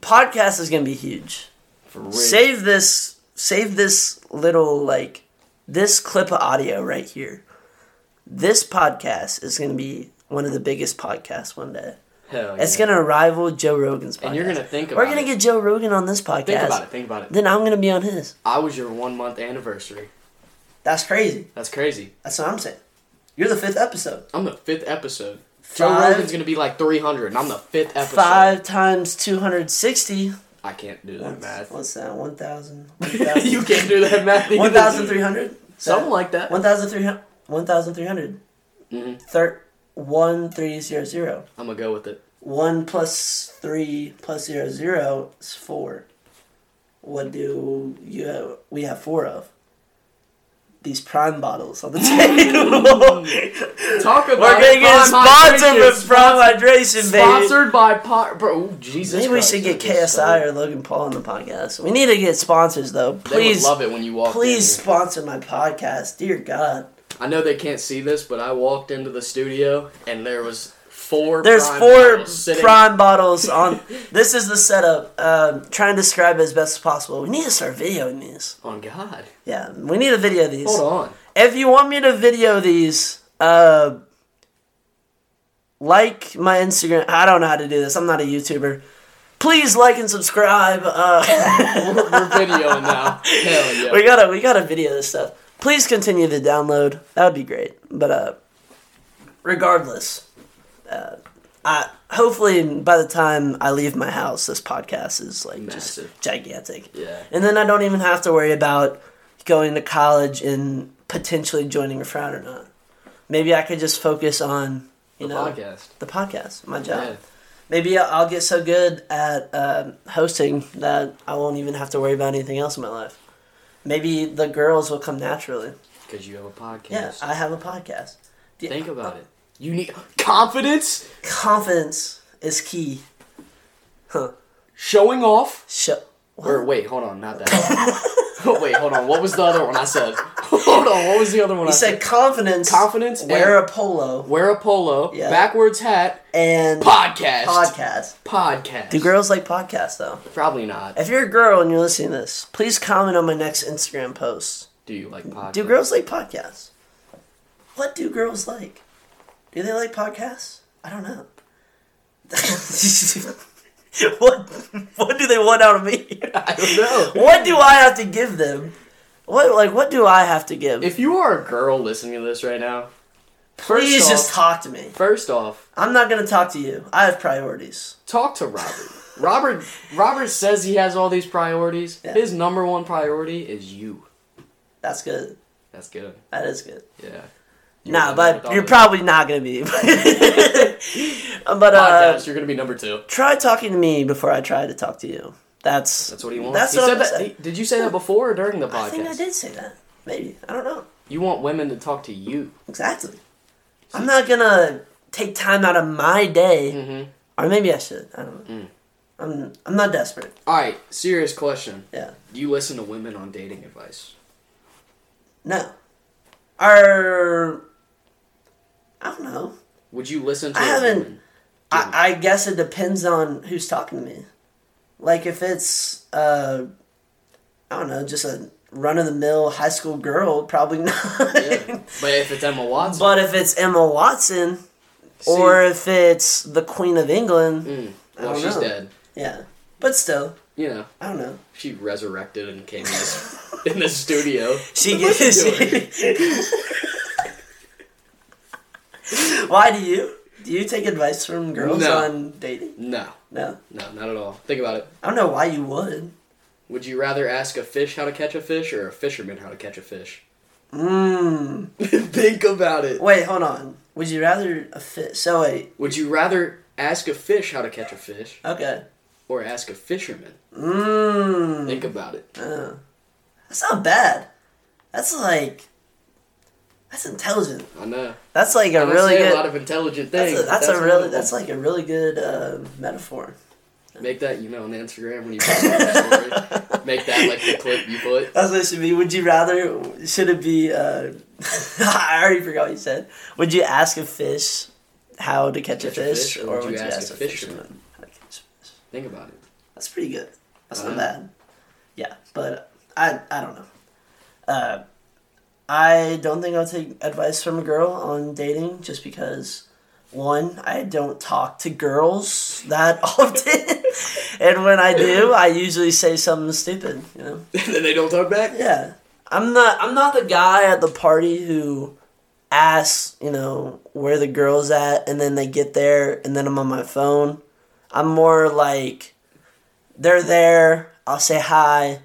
Speaker 2: podcast is gonna be huge.
Speaker 1: For real.
Speaker 2: Save this save this little like this clip of audio right here. This podcast is gonna be one of the biggest podcasts one day.
Speaker 1: Hell
Speaker 2: It's
Speaker 1: yeah.
Speaker 2: gonna rival Joe Rogan's podcast.
Speaker 1: And you're gonna think
Speaker 2: We're
Speaker 1: about
Speaker 2: gonna
Speaker 1: it.
Speaker 2: get Joe Rogan on this podcast.
Speaker 1: Think about it. Think about it.
Speaker 2: Then I'm gonna be on his.
Speaker 1: I was your one month anniversary.
Speaker 2: That's crazy.
Speaker 1: That's crazy.
Speaker 2: That's what I'm saying. You're the fifth episode.
Speaker 1: I'm the fifth episode. Joe
Speaker 2: Five.
Speaker 1: Rogan's gonna be like 300, and I'm the fifth episode.
Speaker 2: Five times two hundred sixty.
Speaker 1: I can't do that math.
Speaker 2: What's that? One thousand.
Speaker 1: you can't do that math. either.
Speaker 2: 1,300?
Speaker 1: Something like that.
Speaker 2: 1,300. 1,300.
Speaker 1: Mhm.
Speaker 2: Thir- 1,300.
Speaker 1: I'm gonna go with it.
Speaker 2: 1 plus 3 plus 0, 0 is 4. What do you have, we have 4 of? These prime bottles on the table.
Speaker 1: Talk about
Speaker 2: We're gonna get
Speaker 1: Prime
Speaker 2: sponsored
Speaker 1: Hydration.
Speaker 2: with prime hydration, baby.
Speaker 1: Sponsored by Pot. Bro, oh, Jesus.
Speaker 2: Maybe we should get KSI or Logan Paul on the podcast. We need to get sponsors though.
Speaker 1: Please
Speaker 2: Please,
Speaker 1: they would love it when you walk.
Speaker 2: please
Speaker 1: in
Speaker 2: sponsor my podcast. Dear God.
Speaker 1: here. I know they can't see this, but I walked into the studio and there was four.
Speaker 2: There's
Speaker 1: Prime
Speaker 2: four
Speaker 1: bottles sitting.
Speaker 2: prime bottles on. this is the setup. Um, try and describe it as best as possible. We need to start videoing these.
Speaker 1: On Oh, God,
Speaker 2: Yeah, we need to video these.
Speaker 1: hold on.
Speaker 2: If you want me to video these, uh, like my Instagram. I don't know how to do this. I'm not a YouTuber. Please like and subscribe. Uh,
Speaker 1: We're, we're videoing now. Hell yeah.
Speaker 2: we gotta we gotta video this stuff. Please continue to download. That would be great. But uh, regardless, uh, I hopefully by the time I leave my house, this podcast is like
Speaker 1: Massive.
Speaker 2: just gigantic.
Speaker 1: Yeah.
Speaker 2: And then I don't even have to worry about going to college and potentially joining a frat or not. Maybe I could just focus on you
Speaker 1: The
Speaker 2: know
Speaker 1: podcast.
Speaker 2: the podcast, my job.
Speaker 1: Yeah.
Speaker 2: Maybe I'll I'll get so good at um hosting that I won't even have to worry about anything else in my life. Maybe the girls will come naturally.
Speaker 1: Because you have a podcast.
Speaker 2: Yeah, I have a podcast.
Speaker 1: Think about it. You need confidence,
Speaker 2: Confidence is key. Huh.
Speaker 1: showing off.
Speaker 2: Shut.
Speaker 1: Or wait, hold on, not that. one. wait, hold on. What was the other one I said? hold on. What was the other one I
Speaker 2: He said confidence.
Speaker 1: Confidence and-
Speaker 2: Wear a polo
Speaker 1: Wear a polo,
Speaker 2: Yeah.
Speaker 1: backwards hat,
Speaker 2: and
Speaker 1: podcast,
Speaker 2: podcast.
Speaker 1: podcast.
Speaker 2: Do girls like podcasts though?
Speaker 1: Probably not.
Speaker 2: If you're a girl and you're listening to this, please comment on my next Instagram post.
Speaker 1: Do you like podcasts?
Speaker 2: Do girls like podcasts? What do girls like? Do they like podcasts? I don't know. what what do they want out of me?
Speaker 1: I don't know.
Speaker 2: What do I have to give them? What like what do I have to give?
Speaker 1: If you are a girl listening to this right now, first
Speaker 2: Please
Speaker 1: off,
Speaker 2: just talk to me.
Speaker 1: first off,
Speaker 2: I'm not gonna talk to you. I have priorities.
Speaker 1: talk to Robert. Robert Robert says he has all these priorities.
Speaker 2: Yeah.
Speaker 1: His number one priority is you.
Speaker 2: That's good.
Speaker 1: That's good.
Speaker 2: That is good.
Speaker 1: Yeah.
Speaker 2: nah,
Speaker 1: were
Speaker 2: but
Speaker 1: the
Speaker 2: you're
Speaker 1: dog.
Speaker 2: probably not gonna be. but uh,
Speaker 1: Podcast, you're gonna be number two.
Speaker 2: try talking to me before I try to talk to you. That's
Speaker 1: That's what he wants.
Speaker 2: That's
Speaker 1: he
Speaker 2: what
Speaker 1: said
Speaker 2: I'm
Speaker 1: that-
Speaker 2: saying.
Speaker 1: he- Did you say that before or during the podcast?
Speaker 2: I think I did say that. Maybe I don't know
Speaker 1: You want women to talk to you.
Speaker 2: exactly. I'm not gonna take time out of my day,
Speaker 1: Mhm.
Speaker 2: or maybe I should. I
Speaker 1: Mm.
Speaker 2: don't know. I'm I'm not desperate.
Speaker 1: All right, serious question.
Speaker 2: Yeah.
Speaker 1: Do you listen to women on dating advice?
Speaker 2: No. Or I don't know.
Speaker 1: Would you listen to
Speaker 2: I
Speaker 1: a
Speaker 2: haven't-
Speaker 1: woman?
Speaker 2: I, I guess it depends on who's talking to me. Like if it's uh I don't know, just a run of the mill high school girl, probably not.
Speaker 1: Yeah. but if it's Emma Watson,
Speaker 2: But if it's Emma Watson
Speaker 1: See,
Speaker 2: or if it's the Queen of England,
Speaker 1: mm,
Speaker 2: I
Speaker 1: well,
Speaker 2: don't
Speaker 1: she's
Speaker 2: know.
Speaker 1: dead.
Speaker 2: yeah. But still,
Speaker 1: You know,
Speaker 2: I don't know.
Speaker 1: she resurrected and came in this, in this studio.
Speaker 2: She
Speaker 1: What are you
Speaker 2: gets Why do you? Do you take advice from girls
Speaker 1: No.
Speaker 2: on dating?
Speaker 1: No,
Speaker 2: No.
Speaker 1: no, not at all. Think about it.
Speaker 2: I don't know why you would.
Speaker 1: Would you rather ask a fish how to catch a fish or a fisherman how to catch a fish?
Speaker 2: Mmm.
Speaker 1: Think about it.
Speaker 2: Wait, hold on. Would you rather a fish? So wait.
Speaker 1: Would you rather ask a fish how to catch a fish
Speaker 2: Okay.
Speaker 1: or ask a fisherman?
Speaker 2: Mmm.
Speaker 1: Think about it.
Speaker 2: Oh. That's not bad. That's like. That's intelligent.
Speaker 1: I know.
Speaker 2: That's like a
Speaker 1: I don't
Speaker 2: really
Speaker 1: say
Speaker 2: good.
Speaker 1: a lot of intelligent
Speaker 2: that's
Speaker 1: things.
Speaker 2: a,
Speaker 1: but
Speaker 2: that's a really.
Speaker 1: one of
Speaker 2: That's
Speaker 1: them.
Speaker 2: like a really good uh, metaphor.
Speaker 1: make that you know on Instagram when you post that story. Make that like the clip you put.
Speaker 2: That's what it should be. Would you rather? Should it be? Uh, I already forgot what you said. Would you ask a fish how to catch, a, fish, or, would you ask, a
Speaker 1: fisherman?
Speaker 2: fisherman how to catch a fish?
Speaker 1: Think about it.
Speaker 2: That's pretty good. That's
Speaker 1: Uh-huh.
Speaker 2: not bad. Yeah, but I I don't know. Uh, I don't think I'll take advice from a girl on dating just because one I don't talk to girls that often, and when I do, I usually say something stupid. You know.
Speaker 1: and then they don't talk back.
Speaker 2: Yeah. I'm not I'm not the guy at the party who asks, you know, where the girl's at and then they get there and then I'm on my phone. I'm more like they're there, I'll say hi.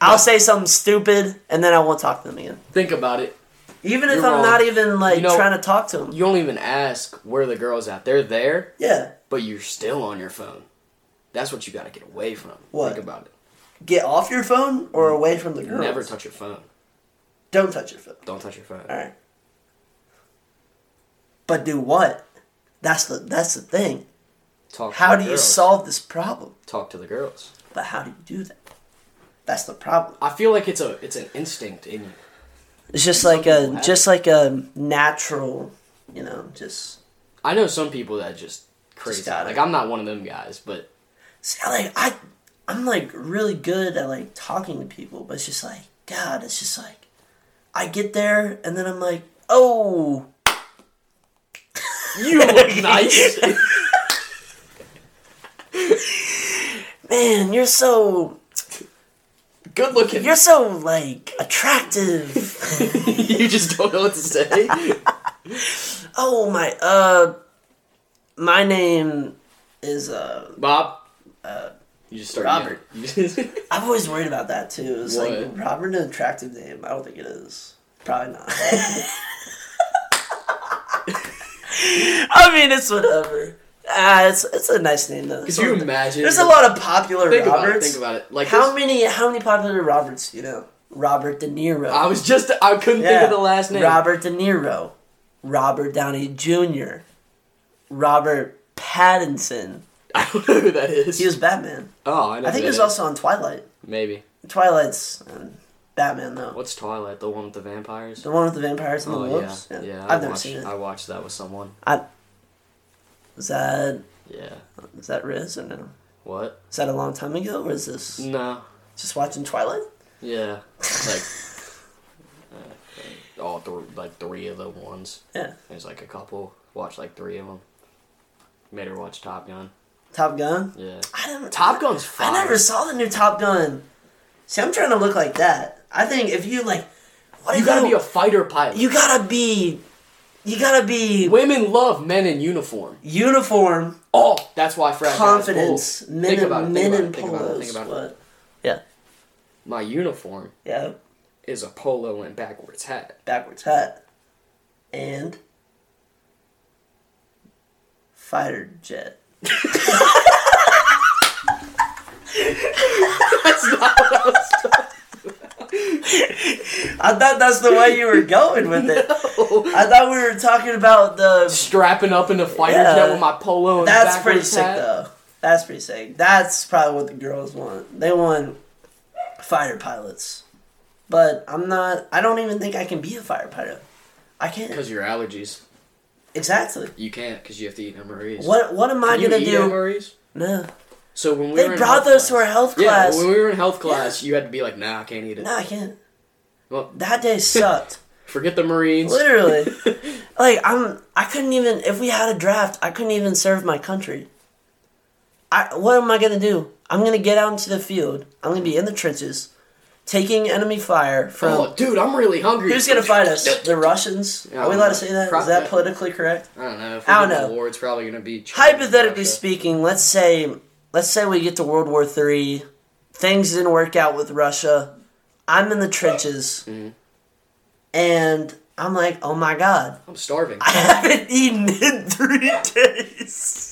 Speaker 2: I'll say something stupid and then I won't talk to them again.
Speaker 1: Think about it.
Speaker 2: Even if
Speaker 1: You're
Speaker 2: I'm
Speaker 1: wrong.
Speaker 2: not even like
Speaker 1: You know-
Speaker 2: trying to talk to them.
Speaker 1: You don't even ask where the girls at. They're there,
Speaker 2: Yeah.
Speaker 1: but you're still on your phone. That's what you got to get away from.
Speaker 2: What?
Speaker 1: Think about it.
Speaker 2: Get off your phone or away from the girl.
Speaker 1: Never touch your phone.
Speaker 2: Don't touch your phone.
Speaker 1: Don't touch your phone.
Speaker 2: All right. But do what? That's the that's the thing.
Speaker 1: Talk. to
Speaker 2: How
Speaker 1: the
Speaker 2: do you
Speaker 1: girls.
Speaker 2: solve this problem?
Speaker 1: Talk to the girls.
Speaker 2: But how do you do that? That's the problem.
Speaker 1: I feel like it's a it's an instinct in you.
Speaker 2: It's just like
Speaker 1: people
Speaker 2: a
Speaker 1: have
Speaker 2: just like a natural, you know, just
Speaker 1: I know some people that just crazy.
Speaker 2: gotta-
Speaker 1: like I'm not one of them guys, but
Speaker 2: see, I like I I'm like really good at like talking to people, but it's just like God, it's just like I get there and then I'm like, oh,
Speaker 1: you look nice.
Speaker 2: man, you're so
Speaker 1: Good looking.
Speaker 2: you're so like attractive.
Speaker 1: you just don't know what to say.
Speaker 2: oh my, uh, my name is uh
Speaker 1: Bob. you just start
Speaker 2: Robert.
Speaker 1: yelling.
Speaker 2: I've always worried about that too. It's like
Speaker 1: What?
Speaker 2: Robert an attractive name. I don't think it is. Probably not. I mean, it's whatever. Ah, it's it's a nice name though.
Speaker 1: Could you imagine?
Speaker 2: There's a lot of popular
Speaker 1: Think about it.
Speaker 2: Roberts.
Speaker 1: Think about it. Like
Speaker 2: How
Speaker 1: this-
Speaker 2: many how many popular Roberts do you know? Robert De Niro.
Speaker 1: I was just I couldn't
Speaker 2: Yeah.
Speaker 1: think of the last name.
Speaker 2: Robert De Niro. Robert Downey Jr., Robert Pattinson.
Speaker 1: I don't know who that is.
Speaker 2: He was Batman.
Speaker 1: oh, I know.
Speaker 2: I
Speaker 1: who
Speaker 2: think he was
Speaker 1: that is.
Speaker 2: also on Twilight.
Speaker 1: maybe.
Speaker 2: Twilight's um, Batman though.
Speaker 1: What's Twilight? The one with the vampires?
Speaker 2: The one with the vampires and the
Speaker 1: oh yeah,
Speaker 2: wolves.
Speaker 1: yeah. I
Speaker 2: I've never
Speaker 1: watched,
Speaker 2: seen it.
Speaker 1: I watched that with someone.
Speaker 2: Was that
Speaker 1: Yeah.
Speaker 2: was that Riz or no?
Speaker 1: What?
Speaker 2: Is that a long time ago or is this
Speaker 1: No.
Speaker 2: just watching Twilight?
Speaker 1: Yeah. Like. uh, all three, like three of the ones.
Speaker 2: Yeah.
Speaker 1: There's like a couple. Watched like three of them. Made her watch Top Gun.
Speaker 2: Top Gun.
Speaker 1: Yeah.
Speaker 2: I never.
Speaker 1: Top Gun's
Speaker 2: I
Speaker 1: fine.
Speaker 2: never saw the new Top Gun. See, I'm trying to look like that. I think if you like, what
Speaker 1: You
Speaker 2: if
Speaker 1: gotta be a fighter pilot.
Speaker 2: you gotta be, you gotta be
Speaker 1: Women love men in uniform.
Speaker 2: uniform,
Speaker 1: Oh, that's why Frat
Speaker 2: confidence,
Speaker 1: Guys bull.
Speaker 2: men,
Speaker 1: think about it,
Speaker 2: men
Speaker 1: think
Speaker 2: in
Speaker 1: about it, think about it,
Speaker 2: polos.
Speaker 1: think about it.
Speaker 2: What? Yeah,
Speaker 1: My uniform
Speaker 2: yeah,
Speaker 1: is a polo and backwards hat.
Speaker 2: backwards hat, and fighter jet.
Speaker 1: That's not what I was
Speaker 2: I thought that's the way you were going with it.
Speaker 1: talking about.
Speaker 2: I thought we were talking about the.
Speaker 1: Strapping up in a fighter
Speaker 2: Yeah.
Speaker 1: jet with my polo and
Speaker 2: That's pretty
Speaker 1: backwards
Speaker 2: sick
Speaker 1: hat.
Speaker 2: though. That's pretty sick. That's probably what the girls want. They want fighter pilots, but I'm not. I don't even think I can be a fighter pilot. I can't.
Speaker 1: Because your allergies.
Speaker 2: Exactly.
Speaker 1: You can't because you have to eat MREs.
Speaker 2: What What am I
Speaker 1: Can you
Speaker 2: gonna
Speaker 1: eat
Speaker 2: do?
Speaker 1: MREs?
Speaker 2: No.
Speaker 1: So when we were
Speaker 2: They
Speaker 1: in
Speaker 2: brought
Speaker 1: health
Speaker 2: those to
Speaker 1: class-
Speaker 2: our health
Speaker 1: yeah,
Speaker 2: class.
Speaker 1: when we were in health class, you had to be like, nah, I can't eat it.
Speaker 2: no, I can't.
Speaker 1: Well,
Speaker 2: That day sucked.
Speaker 1: forget the Marines.
Speaker 2: Literally. Like I'm I couldn't even if we had a draft, I couldn't even serve my country. I what am I gonna do? I'm gonna get out into the field. I'm gonna be in the trenches, taking enemy fire from
Speaker 1: oh, dude, I'm really hungry.
Speaker 2: Who's gonna fight us? The Russians?
Speaker 1: Yeah,
Speaker 2: Are we allowed to say that? Is
Speaker 1: probably.
Speaker 2: that politically correct?
Speaker 1: I don't know. If
Speaker 2: I
Speaker 1: I
Speaker 2: don't
Speaker 1: don't know.
Speaker 2: know.
Speaker 1: War, it's probably gonna be China and
Speaker 2: Hypothetically
Speaker 1: Russia.
Speaker 2: speaking, let's say let's say we get to World War Three, things didn't work out with Russia. I'm in the trenches,
Speaker 1: Mm-hmm.
Speaker 2: and I'm like, oh my god,
Speaker 1: I'm starving.
Speaker 2: I haven't eaten in three days.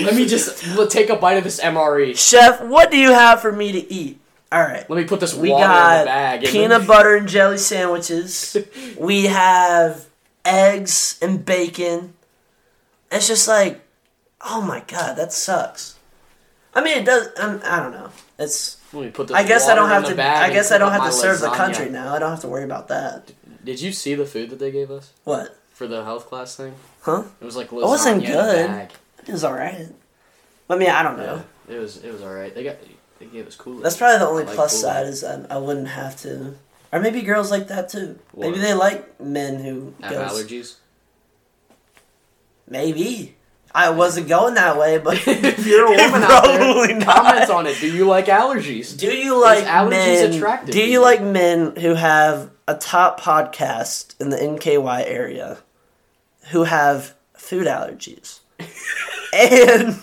Speaker 1: Let me just let, take a bite of this MRE.
Speaker 2: Chef, what do you have for me to eat? All right.
Speaker 1: Let me put this
Speaker 2: We
Speaker 1: water in the
Speaker 2: got
Speaker 1: bag. and-
Speaker 2: peanut butter and jelly sandwiches. we have eggs and bacon. It's just like, oh my god, that sucks. I mean, it does. Um, I don't know. It's.
Speaker 1: Let me put this
Speaker 2: I guess I
Speaker 1: water
Speaker 2: don't
Speaker 1: in
Speaker 2: have
Speaker 1: the
Speaker 2: to.
Speaker 1: bag
Speaker 2: I
Speaker 1: and
Speaker 2: guess I
Speaker 1: cook
Speaker 2: don't
Speaker 1: up
Speaker 2: have to
Speaker 1: my
Speaker 2: serve the
Speaker 1: lasagna.
Speaker 2: country now. I don't have to worry about that.
Speaker 1: Did you see the food that they gave us
Speaker 2: What?
Speaker 1: for the health class thing?
Speaker 2: Huh?
Speaker 1: It was like lasagna.
Speaker 2: wasn't
Speaker 1: in a
Speaker 2: good.
Speaker 1: bag.
Speaker 2: It was all right. I mean, I don't know.
Speaker 1: Yeah, it was. It was all right. They got. They gave us cool.
Speaker 2: That's probably the only
Speaker 1: I like
Speaker 2: plus
Speaker 1: Kool-Aid.
Speaker 2: side is I, I wouldn't have to. Or maybe girls like that too. Maybe
Speaker 1: What?
Speaker 2: they like men who
Speaker 1: Have
Speaker 2: goes-
Speaker 1: allergies.
Speaker 2: Maybe I wasn't going that way, but
Speaker 1: if you're a woman out
Speaker 2: Probably
Speaker 1: there,
Speaker 2: not.
Speaker 1: comment on it. Do you like allergies?
Speaker 2: do you like
Speaker 1: allergies
Speaker 2: men?
Speaker 1: attractive
Speaker 2: do
Speaker 1: to
Speaker 2: you
Speaker 1: you?
Speaker 2: like men who have a top podcast in the NKY area who have food allergies and?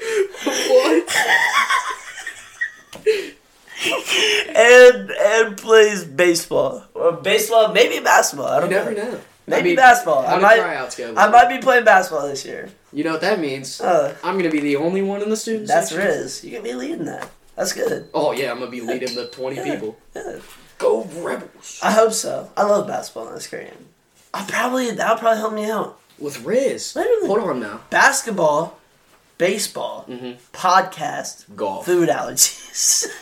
Speaker 1: What?
Speaker 2: and and plays baseball or baseball, maybe basketball. I
Speaker 1: You
Speaker 2: don't
Speaker 1: never
Speaker 2: know.
Speaker 1: know.
Speaker 2: Maybe
Speaker 1: I mean,
Speaker 2: basketball.
Speaker 1: How
Speaker 2: I
Speaker 1: do
Speaker 2: might,
Speaker 1: tryouts go?
Speaker 2: I might be playing basketball this year.
Speaker 1: You know what that means?
Speaker 2: Uh,
Speaker 1: I'm gonna be the only one in the student
Speaker 2: that's
Speaker 1: section.
Speaker 2: Riz. You can be leading that. That's good.
Speaker 1: Oh yeah, I'm gonna be leading the 20 people.
Speaker 2: Yeah.
Speaker 1: Go Rebels
Speaker 2: I hope so. I love basketball. That's great. I probably that'll probably help me out.
Speaker 1: with Riz.
Speaker 2: Literally.
Speaker 1: Hold on now.
Speaker 2: Basketball, baseball, podcast,
Speaker 1: Mm-hmm. Golf.
Speaker 2: food allergies.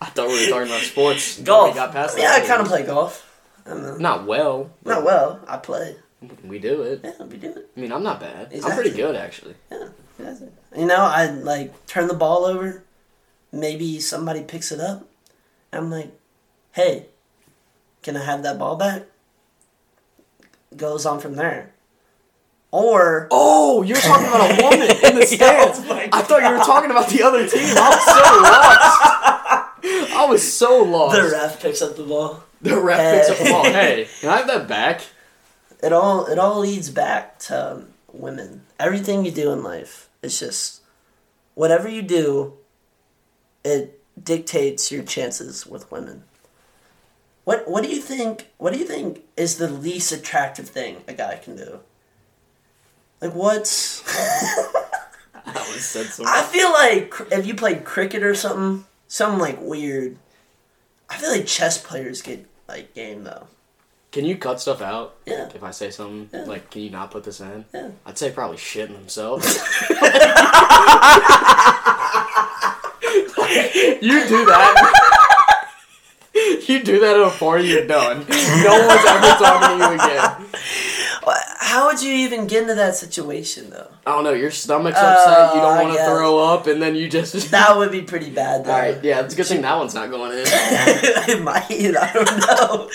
Speaker 1: I thought we were talking about sports.
Speaker 2: golf.
Speaker 1: We got past
Speaker 2: yeah,
Speaker 1: that.
Speaker 2: I kind of play golf. I don't know.
Speaker 1: Not well. but
Speaker 2: Not well. I play.
Speaker 1: We do it.
Speaker 2: Yeah, we do it.
Speaker 1: I mean, I'm not bad. I'm
Speaker 2: Exactly.
Speaker 1: pretty good actually.
Speaker 2: Yeah, that's it. You know, I like turn the ball over. Maybe somebody picks it up. I'm like, hey, can I have that ball back? Goes on from there. Or
Speaker 1: Oh, you're talking about a woman in the stands.
Speaker 2: my
Speaker 1: I thought you were talking about the other team. I was so lost. I was so lost.
Speaker 2: the ref picks up the ball.
Speaker 1: The ref picks up
Speaker 2: Hey.
Speaker 1: the ball. Hey, can I have that back?
Speaker 2: It all it all leads back to um, women. Everything you do in life, it's just whatever you do, it dictates your chances with women. What what do you think? What do you think is the least attractive thing a guy can do? Like what's
Speaker 3: just said something.
Speaker 2: I feel like cr- if you played cricket or something, something like weird. I feel like chess players get like game though.
Speaker 1: Can you cut stuff out?
Speaker 2: Yeah.
Speaker 1: If I say something,
Speaker 2: Yeah.
Speaker 1: like, can you not put this in?
Speaker 2: Yeah.
Speaker 1: I'd say probably shitting themselves. you do that. You do that at a party, you're done. No one's ever talking to you again.
Speaker 2: Wha- How would you even get into that situation though?
Speaker 1: I don't know. Your stomach's upset. You
Speaker 2: Oh, I
Speaker 1: don't want to
Speaker 2: guess.
Speaker 1: throw up, and then you just.
Speaker 2: That would be pretty bad though.
Speaker 1: All right. Yeah, it's a good thing that one's not going in.
Speaker 2: it might. I don't know.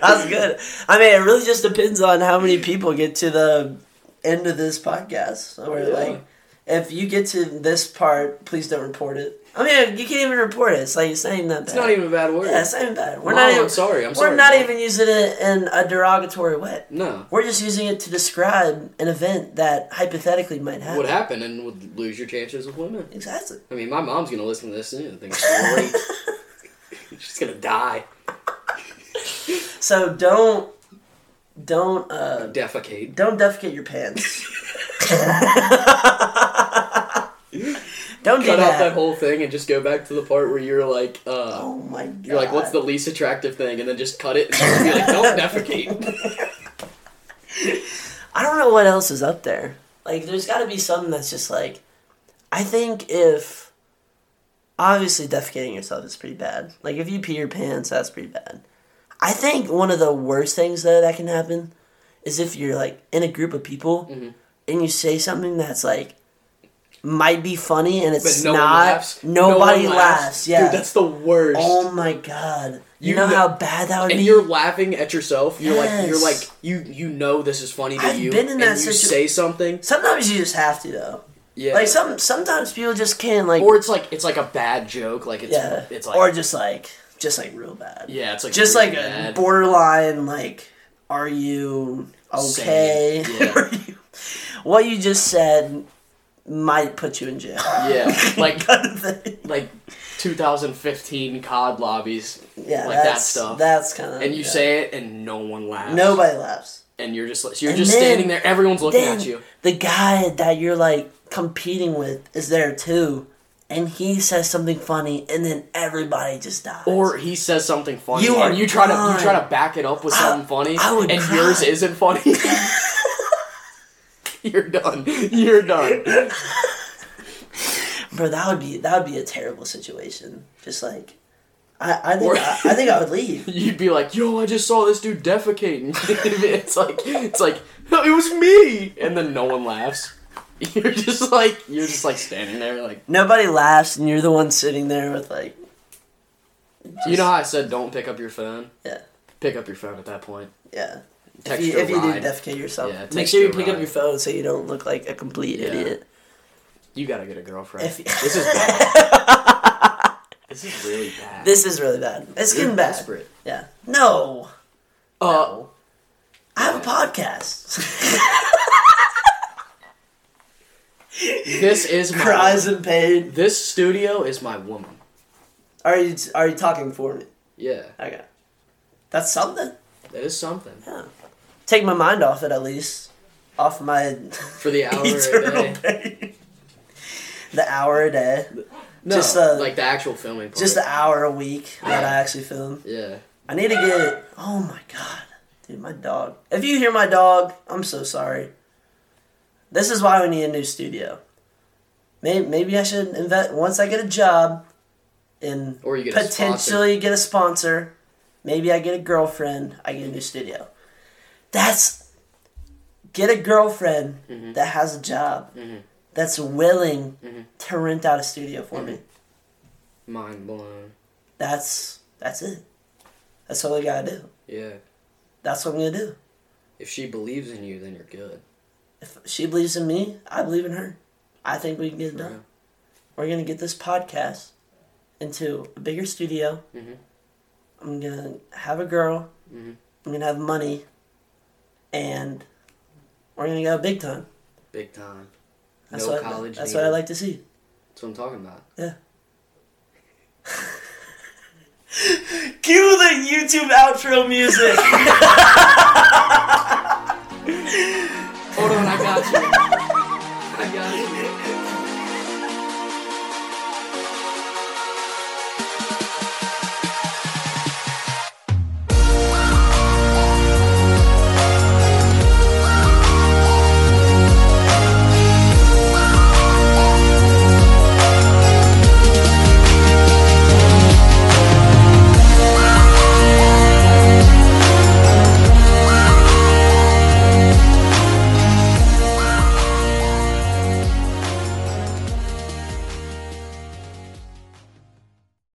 Speaker 2: That's good. I mean, it really just depends on how many people get to the end of this podcast. Or
Speaker 1: Yeah.
Speaker 2: like, if you get to this part, please don't report it. I mean, you can't even report it. It's like it's not even that bad.
Speaker 1: It's not even a bad word.
Speaker 2: Yeah, it's not even bad. We're
Speaker 1: Mom,
Speaker 2: not even.
Speaker 1: I'm sorry. I'm
Speaker 2: we're
Speaker 1: sorry.
Speaker 2: not
Speaker 1: Mom.
Speaker 2: even using it in a derogatory way.
Speaker 1: No.
Speaker 2: We're just using it to describe an event that hypothetically might happen.
Speaker 1: Would happen and would lose your chances with women.
Speaker 2: Exactly.
Speaker 1: I mean, my mom's gonna listen to this soon and think it's great. She's gonna die.
Speaker 2: So don't, don't, uh,
Speaker 1: Defecate.
Speaker 2: don't defecate your pants. don't do
Speaker 1: Cut out
Speaker 2: that.
Speaker 1: that whole thing and just go back to the part where you're like, uh,
Speaker 2: oh my god.
Speaker 1: you're like, what's the least attractive thing? And then just cut it and just be like, don't defecate.
Speaker 2: I don't know what else is up there. Like, there's got to be something that's just like, I think if obviously defecating yourself is pretty bad. Like, if you pee your pants, that's pretty bad. I think one of the worst things though that can happen is if you're like in a group of people
Speaker 1: Mm-hmm.
Speaker 2: and you say something that's like might be funny and
Speaker 1: But
Speaker 2: it's
Speaker 1: no
Speaker 2: not.
Speaker 1: one laughs. No
Speaker 2: Nobody
Speaker 1: one
Speaker 2: laughs. Yeah.
Speaker 1: Dude, that's the worst.
Speaker 2: oh my god. You,
Speaker 1: You
Speaker 2: know,
Speaker 1: know-
Speaker 2: how bad that would
Speaker 1: and
Speaker 2: be.
Speaker 1: you're laughing at yourself. You're like, you're like,
Speaker 2: Yes.
Speaker 1: you you know this is funny to
Speaker 2: I've
Speaker 1: you.
Speaker 2: been in that
Speaker 1: and you
Speaker 2: situ-
Speaker 1: say something.
Speaker 2: Sometimes you just have to though.
Speaker 1: Yeah.
Speaker 2: Like some sometimes people just can't like
Speaker 1: or it's like it's like a bad joke. Like it's
Speaker 2: Yeah.
Speaker 1: it's like
Speaker 2: or just like just like real bad.
Speaker 1: yeah, it's like
Speaker 2: Just
Speaker 1: really
Speaker 2: like
Speaker 1: bad.
Speaker 2: a borderline like are you okay?
Speaker 1: Sane, yeah.
Speaker 2: Are you- what you just said might put you in jail.
Speaker 1: yeah, like
Speaker 2: kind of thing.
Speaker 1: like 2015 COD lobbies,
Speaker 2: Yeah,
Speaker 1: like
Speaker 2: that's,
Speaker 1: that stuff.
Speaker 2: That's kind of
Speaker 1: and you
Speaker 2: yeah.
Speaker 1: say it, and no one laughs.
Speaker 2: nobody laughs.
Speaker 1: And you're just like- so you're
Speaker 2: And
Speaker 1: just
Speaker 2: then-
Speaker 1: standing there. Everyone's looking
Speaker 2: Then
Speaker 1: at you.
Speaker 2: the guy that you're like competing with is there too, and he says something funny, and then everybody just dies.
Speaker 1: Or he says something funny,
Speaker 2: You are
Speaker 1: and you try to
Speaker 2: gone.
Speaker 1: you try to back it up with something funny,
Speaker 2: I would
Speaker 1: and
Speaker 2: cry.
Speaker 1: yours isn't funny. you're done. You're done.
Speaker 2: Bro, that would be that would be a terrible situation. Just like, I I think
Speaker 1: Or-
Speaker 2: I, I think I would leave.
Speaker 1: You'd be like, "Yo, I just saw this dude defecating." it's like it's like no, it was me, and then no one laughs. You're just like you're just like standing there, like
Speaker 2: Nobody laughs, and you're the one sitting there with like,
Speaker 1: you know how I said, "Don't pick up your phone."
Speaker 2: yeah,
Speaker 1: Pick up your phone at that point.
Speaker 2: yeah. If
Speaker 1: Text
Speaker 2: you,
Speaker 1: your
Speaker 2: if you do
Speaker 1: ride.
Speaker 2: defecate yourself,
Speaker 1: Yeah,
Speaker 2: make
Speaker 1: text
Speaker 2: sure you
Speaker 1: your
Speaker 2: pick up
Speaker 1: ride.
Speaker 2: your phone so you don't look like a complete
Speaker 1: Yeah.
Speaker 2: idiot.
Speaker 1: You gotta get a girlfriend.
Speaker 2: If-
Speaker 1: this is bad. this is really bad.
Speaker 2: This is really bad. It's
Speaker 1: You're
Speaker 2: getting bad.
Speaker 1: desperate.
Speaker 2: Yeah. No.
Speaker 1: Uh,
Speaker 2: I have a podcast.
Speaker 1: this is my
Speaker 2: Cries in pain.
Speaker 1: This studio is my woman.
Speaker 2: Are you are you talking for me?
Speaker 1: Yeah,
Speaker 2: Okay. That's something.
Speaker 1: that is something
Speaker 2: Yeah. Take my mind off it at least. Off my
Speaker 1: for the hour a
Speaker 2: eternal
Speaker 1: day.
Speaker 2: pain. The hour a day.
Speaker 1: No,
Speaker 2: Just, uh,
Speaker 1: like the actual filming. Part.
Speaker 2: Just the hour a week that
Speaker 1: Yeah.
Speaker 2: I actually film.
Speaker 1: yeah.
Speaker 2: I need to get oh my god. Dude, my dog. If you hear my dog, I'm so sorry. This is why we need a new studio. Maybe, maybe I should invest once I get a job and
Speaker 1: Or you get a sponsor.
Speaker 2: potentially get a sponsor. Maybe I get a girlfriend. I get a new studio. That's get a girlfriend
Speaker 1: Mm-hmm.
Speaker 2: that has a job that's willing to rent out a studio for
Speaker 1: Mm-hmm.
Speaker 2: me.
Speaker 1: Mind blown.
Speaker 2: That's that's it. That's all I gotta do.
Speaker 1: Yeah.
Speaker 2: That's what I'm gonna do.
Speaker 1: If she believes in you, then you're good.
Speaker 2: If she believes in me, I believe in her. I think we can get it done. We're gonna get this podcast into a bigger studio.
Speaker 1: Mhm.
Speaker 2: I'm gonna have a girl.
Speaker 1: Mhm.
Speaker 2: I'm gonna have money, and we're gonna go big time.
Speaker 1: Big time.
Speaker 2: That's
Speaker 1: no
Speaker 2: what
Speaker 1: college.
Speaker 2: I, that's
Speaker 1: needed.
Speaker 2: what I like to see.
Speaker 1: That's what I'm talking about.
Speaker 2: Cue the YouTube outro music.
Speaker 1: Hold on, I got you.